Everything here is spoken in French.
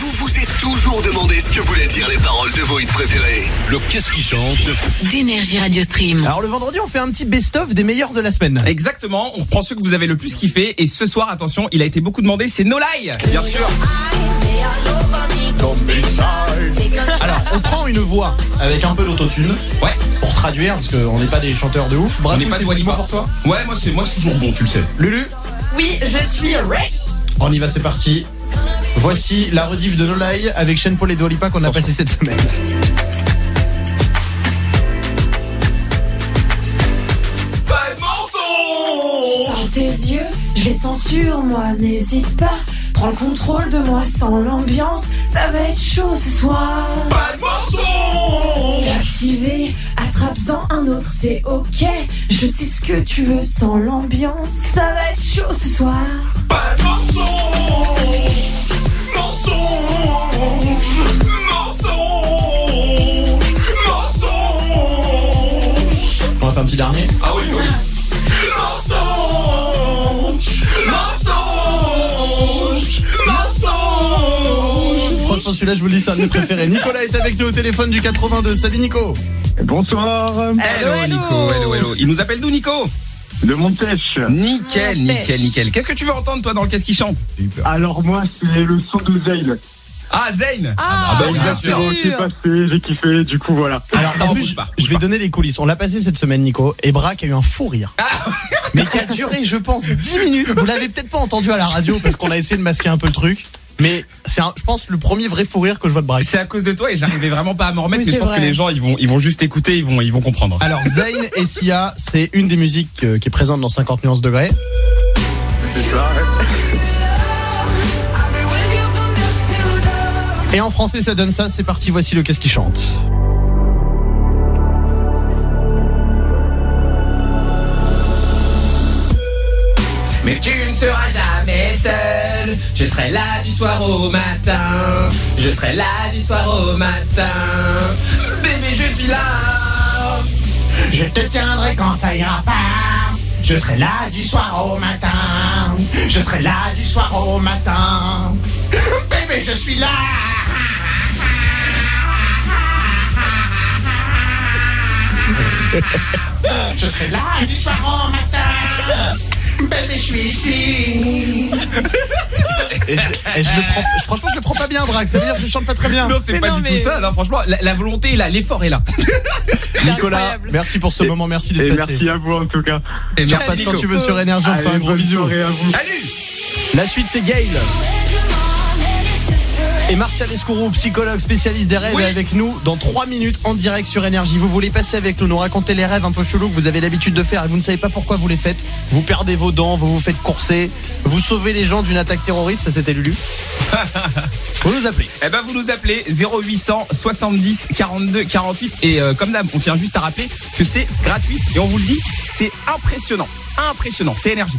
Vous vous êtes toujours demandé ce que voulaient dire les paroles de vos hits préférés. Le qu'est-ce qui chante D'énergie Radio Stream. Alors le vendredi, on fait un petit best-of des meilleurs de la semaine. Exactement, on reprend ceux que vous avez le plus kiffé et ce soir, attention, il a été beaucoup demandé, c'est Nolai Bien sûr Alors, on prend une voix avec un peu d'autotune Ouais, pour traduire parce qu'on n'est pas des chanteurs de ouf. Bravo, on n'est pas des c'est bon Waliba. pour toi. Ouais, moi c'est moi c'est toujours bon, tu le sais. Lulu, Oui, je suis Ray. on y va, c'est parti. Voici la rediff de Nolai avec Shane Paul et Dolipa qu'on a passé cette semaine. Pas de mensonge Par tes yeux, je les censure, moi, n'hésite pas. Prends le contrôle de moi sans l'ambiance, ça va être chaud ce soir. Pas de mensonge Activé, attrape-en un autre, c'est ok. Je sais ce que tu veux sans l'ambiance, ça va être chaud ce soir. Pas de mensonge Mensonge Mensonge Mensonge On va faire un petit dernier. Ah oui, oui Mensonge Mensonge Mensonge Franchement, celui-là, je vous le dis, c'est un de mes préférés. Nicolas est avec nous au téléphone du 82. Salut Nico. Bonsoir, Hello, Nico, hello, hello. Il nous appelle d'où Nico de Montèche. Nickel, nickel, nickel. Qu'est-ce que tu veux entendre toi dans le qu'est-ce qui chante Alors moi, c'est le son de Zale. Ah Zayn Ah, bah oui, bien sûr. qui est passé, j'ai kiffé, du coup voilà. Alors, Non, en plus, bouge je- pas, je bouge vais pas. donner les coulisses. On l'a passé cette semaine, Nico, et Braque a eu un fou rire. Ah Mais qui a duré, je pense, 10 minutes. Vous l'avez peut-être pas entendu à la radio parce qu'on a essayé de masquer un peu le truc. Mais c'est, un- je pense, le premier vrai fou rire que je vois de Braque. C'est à cause de toi et j'arrivais vraiment pas à m'en remettre Oui, mais je c'est pense vrai. que les gens ils vont ils vont juste écouter, ils vont ils vont comprendre. Alors, Zayn et Sia, c'est une des musiques euh, qui est présente dans 50 nuances degrés. Et en français, ça donne ça. C'est parti. Voici le qu'est-ce qui chante. Mais tu ne seras jamais seul. Je serai là du soir au matin. Je serai là du soir au matin. Bébé, je suis là. Je te tiendrai quand ça ira pas. Je serai là du soir au matin. Je serai là du soir au matin. Bébé, je suis là. Je serai là du soir au matin. Bébé, je suis ici. et je, et je le prends, je- franchement, je le prends pas bien, Braque. C'est-à-dire, je chante pas très bien. Non, c'est pas du tout ça. Non, franchement, la, la volonté est là, l'effort est là. Nicolas, merci pour ce Et- moment. Merci Et d'être passé. merci à vous en tout cas. Et Tu merci, repasses quand Nico. tu veux sur Énergie. On te fait un Allez, gros bonne bisou. soirée à vous. Salut. La suite, c'est Gail. Et Martial Escourou, psychologue spécialiste des rêves, Oui. est avec nous dans 3 minutes en direct sur Énergie. Vous voulez passer avec nous, nous raconter les rêves un peu chelous que vous avez l'habitude de faire et vous ne savez pas pourquoi vous les faites. Vous perdez vos dents, vous vous faites courser, vous sauvez les gens d'une attaque terroriste, ça c'était Lulu. vous nous appelez. Eh ben vous nous appelez 0800 70 42 48 et euh, comme d'hab on tient juste à rappeler que c'est gratuit et on vous le dit c'est impressionnant impressionnant c'est énergie